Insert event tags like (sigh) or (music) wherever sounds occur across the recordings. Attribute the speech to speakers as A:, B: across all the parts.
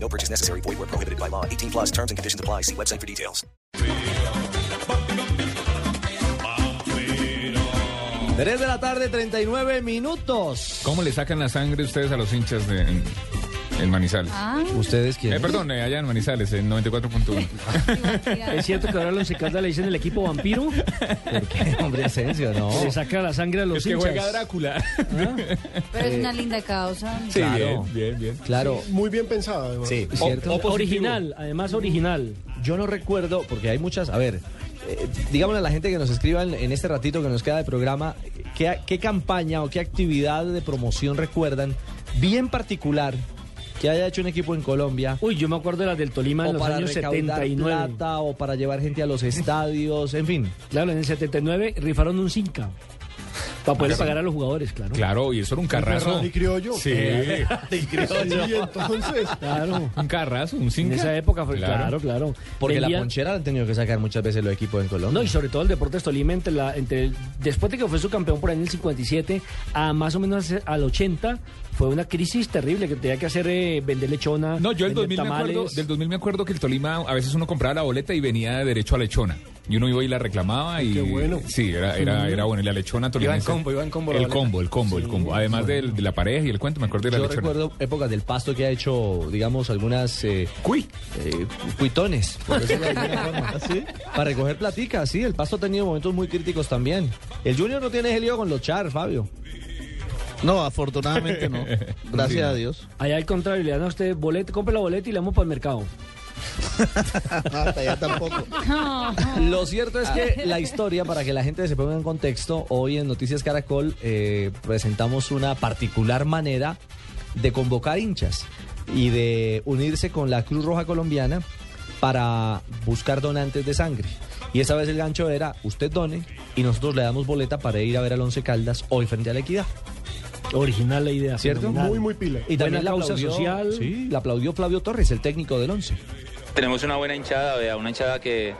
A: No purchase necessary. Void where prohibited by law. 18 plus terms and conditions apply. See website for details.
B: Tres de la tarde, 39 minutos.
C: ¿Cómo le sacan la sangre ustedes a los hinchas de, en, en Manizales?
B: ¿Ustedes
C: Eh,
B: quieren?
C: perdón, eh, allá en Manizales, en 94.1.
D: ¿Es cierto que ahora los Caldas le dicen el equipo vampiro?
B: (laughs) Hombre, Asensio, no.
D: Le saca la sangre a los
C: es que
D: hinchas. Eh,
C: juega Drácula.
E: Pero es una linda causa.
C: (laughs) Sí,
B: Claro.
C: bien, bien, bien.
B: Claro,
F: Muy bien pensada, además.
B: sí, ¿cierto?
D: original, además original.
B: Yo no recuerdo, porque hay muchas. A ver, eh, digámosle a la gente que nos escriba en, en este ratito que nos queda de programa, ¿qué, qué campaña o qué actividad de promoción recuerdan bien particular que haya hecho un equipo en Colombia?
D: Uy, yo me acuerdo de las del Tolima en
B: O
D: los
B: para
D: años
B: recaudar
D: 79.
B: plata, o para llevar gente a los estadios, en fin.
D: Claro, en el 79 rifaron un Cinca. Para poder pagar a los jugadores, claro.
C: Ah, Claro, y eso era un carrazo.
F: Ferrari criollo.
C: Sí.
F: (laughs) Y entonces,
C: (laughs)
D: Claro.
C: Un carrazo, un
D: En
C: cinco.
D: esa época fue claro, claro.
B: Porque la
D: Vendían-
B: ponchera la han tenido que sacar muchas veces los equipos en Colombia.
D: No, y sobre todo el Deportes Tolima, entre la, entre el- después de que fue su campeón por ahí en el 57, a más o menos al 80, fue una crisis terrible que tenía que hacer eh, vender lechona.
C: No, yo el
D: vender
C: 2000 me acuerdo,
D: tamales.
C: del 2000 me acuerdo que el Tolima a veces uno compraba la boleta y venía derecho a lechona. Y uno iba y la reclamaba y...
F: Qué bueno.
C: Sí, era, era, era bueno. Y la lechona tolimense...
B: combo, iba en combo la
C: El
B: boleta.
C: combo, el combo, el combo. Además del- de la pareja y el cuento, me acuerdo de la
B: Yo
C: lechona.
B: recuerdo épocas del pasto que ha hecho, digamos, algunas eh,
C: Cuy.
B: eh, cuitones, por decirlo de alguna
C: (laughs)
B: forma. para recoger platica, sí, el pasto ha tenido momentos muy críticos también. El Junior no tiene ese lío con los char, Fabio.
G: No, afortunadamente
C: (laughs)
G: no. Gracias a Dios.
D: Allá al contrario, le dan a usted boleta, compre la boleta y le damos para el mercado.
G: Hasta allá tampoco.
B: Lo cierto es que la historia, para que la gente se ponga en contexto, hoy en Noticias Caracol eh, presentamos una particular manera de convocar hinchas y de unirse con la Cruz Roja Colombiana para buscar donantes de sangre. Y esa vez el gancho era, usted done y nosotros le damos boleta para ir a ver al Once Caldas hoy frente a la Equidad.
D: Original la idea.
B: ¿Cierto?
D: fenomenal.
F: muy, muy pila.
B: Y
D: Buena
B: también la
D: causa
B: aplaudió,
D: social.
B: sí, la aplaudió Flavio Torres, el técnico del Once.
H: Tenemos una buena hinchada, vea, una hinchada que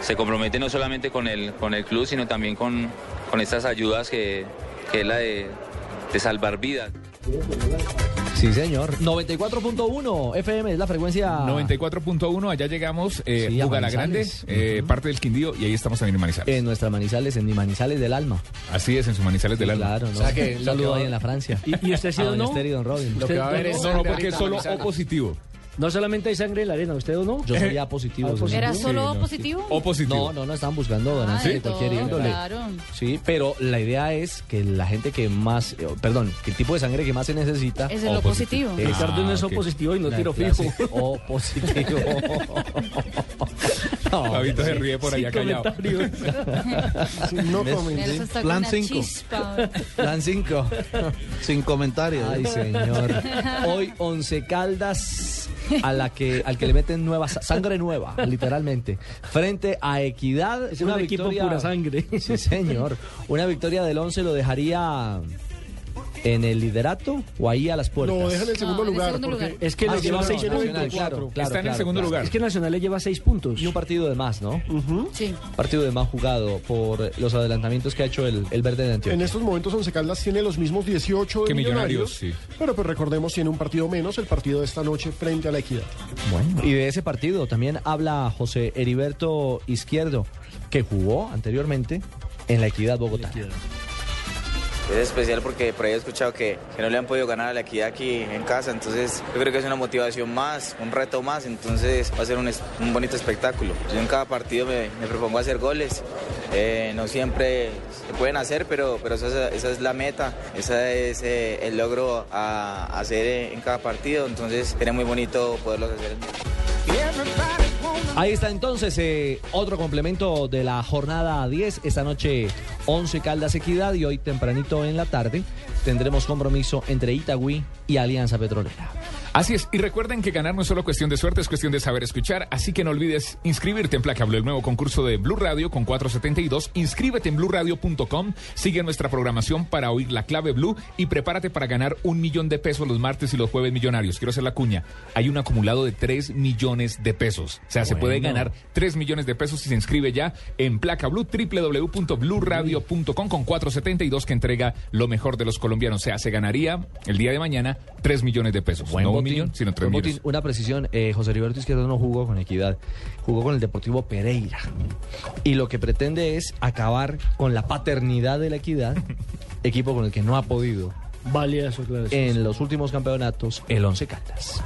H: se compromete no solamente con el, con el club, sino también con, con estas ayudas que, que es la de- de salvar vidas.
B: Sí, señor. 94.1 FM es la frecuencia.
C: 94.1, allá llegamos, eh,
B: Sí, a
C: Bugala Grande,
B: Manizales.
C: eh, parte del Quindío, y ahí estamos también en Manizales.
B: En nuestras manizales, en mi manizales del alma.
C: Así es, en su Manizales del Alma.
B: Claro, ¿no? Un saludo ahí en la Francia.
D: ¿Y, y usted ha
B: A
D: sido
B: don
D: no?
B: Esther y don Robin.
D: Usted donó-
C: No, no, porque es solo O positivo.
D: No solamente hay sangre en la arena, ¿usted o no?
B: Yo
D: (laughs)
B: soy A positivo.
D: Ah,
B: sí.
D: positivo.
E: ¿Era
C: Sí,
E: solo
C: no, sí.
E: positivo?
C: O
B: No,
C: positivo.
B: no, no, estaban buscando
E: Ah,
B: ganancias
E: de
B: de cualquier
E: todo,
B: índole.
E: Claro.
B: Sí, pero la idea es que la gente que más, eh, perdón, que el tipo de sangre que más se necesita
E: Es
B: es
E: de lo
C: O positivo.
E: Oh, positivo.
B: Eh,
D: Ricardo no es O
C: ok.
D: positivo y no tiro fijo.
B: O
D: (laughs)
B: positivo. No,
C: Fabito se ríe por allá
D: Sin
C: callado.
D: comentarios.
F: Sí, no
E: Él se
F: comenté.
E: está con
G: Plan
E: una
G: cinco.
E: chispa.
B: Plan 5.
G: Sin comentarios.
B: Ay, señor. Hoy Once Caldas a la que al que le meten nueva sa- sangre nueva, literalmente. Frente a Equidad,
D: Es un equipo pura sangre.
B: Sí, señor. Una victoria del Once lo dejaría en el liderato o ahí a las puertas.
F: Lo dejan en segundo
E: No, en el
F: lugar.
E: segundo
F: porque
E: lugar.
D: Es que
B: Ah,
D: le
B: sí,
D: lleva
B: no,
D: seis
B: no,
D: puntos.
B: Nacional, claro, claro,
C: Está en el
B: claro,
C: segundo
B: claro.
C: lugar.
D: Es que Nacional le lleva seis puntos.
B: Y un partido de más, ¿no?
E: Sí.
B: Partido de más jugado por los adelantamientos que ha hecho el, el verde de
F: En
B: Antioquia.
F: estos momentos Once Caldas tiene los mismos 18 de
C: Que
F: millonarios,
C: Millonarios, sí.
F: pero pues recordemos tiene un partido menos el partido de esta noche frente a la Equidad.
B: Y de ese partido también habla José Heriberto Izquierdo, que jugó anteriormente en la Equidad Bogotá.
I: Es especial porque por ahí he escuchado que, que no le han podido ganar a la equidad aquí en casa, entonces yo creo que es una motivación más, un reto más, entonces va a ser un, es- un bonito espectáculo. Yo en cada partido me, me propongo hacer goles, eh, no siempre se pueden hacer, pero, pero esa, esa es la meta, ese es eh, el logro a, a hacer en- en cada partido, entonces sería muy bonito poderlos hacer.
B: Ahí está entonces eh, otro complemento de la jornada 10. Esta noche 11 Caldas Equidad y hoy tempranito en la tarde tendremos compromiso entre Itagüí y Alianza Petrolera.
C: Así es, y recuerden que ganar no es solo cuestión de suerte, es cuestión de saber escuchar, así que no olvides inscribirte en Placa Blue, el nuevo concurso de Blue Radio con 472. Inscríbete en bluradio.com, sigue nuestra programación para oír la clave Blue y prepárate para ganar un millón de pesos los martes y los jueves millonarios. Quiero hacer la cuña, hay un acumulado de 3 millones de pesos, o sea, se puede ganar 3 millones de pesos si se inscribe ya en Placa Blue, www.bluradio.com con 472 que entrega lo mejor de los colombianos, o sea, se ganaría el día de mañana 3 millones de pesos.
B: Buen
C: Pues No un
B: botín,
C: millón, sino tres
B: Pues buen botín.
C: millones.
B: Una precisión, eh, José Heriberto Izquierdo no jugó con Equidad, jugó con el Deportivo Pereira. Y lo que pretende es acabar con la paternidad de la
C: (laughs)
B: Equidad, equipo con el que no ha podido
D: Vale, eso, claro.
B: en los últimos campeonatos el Once Caldas.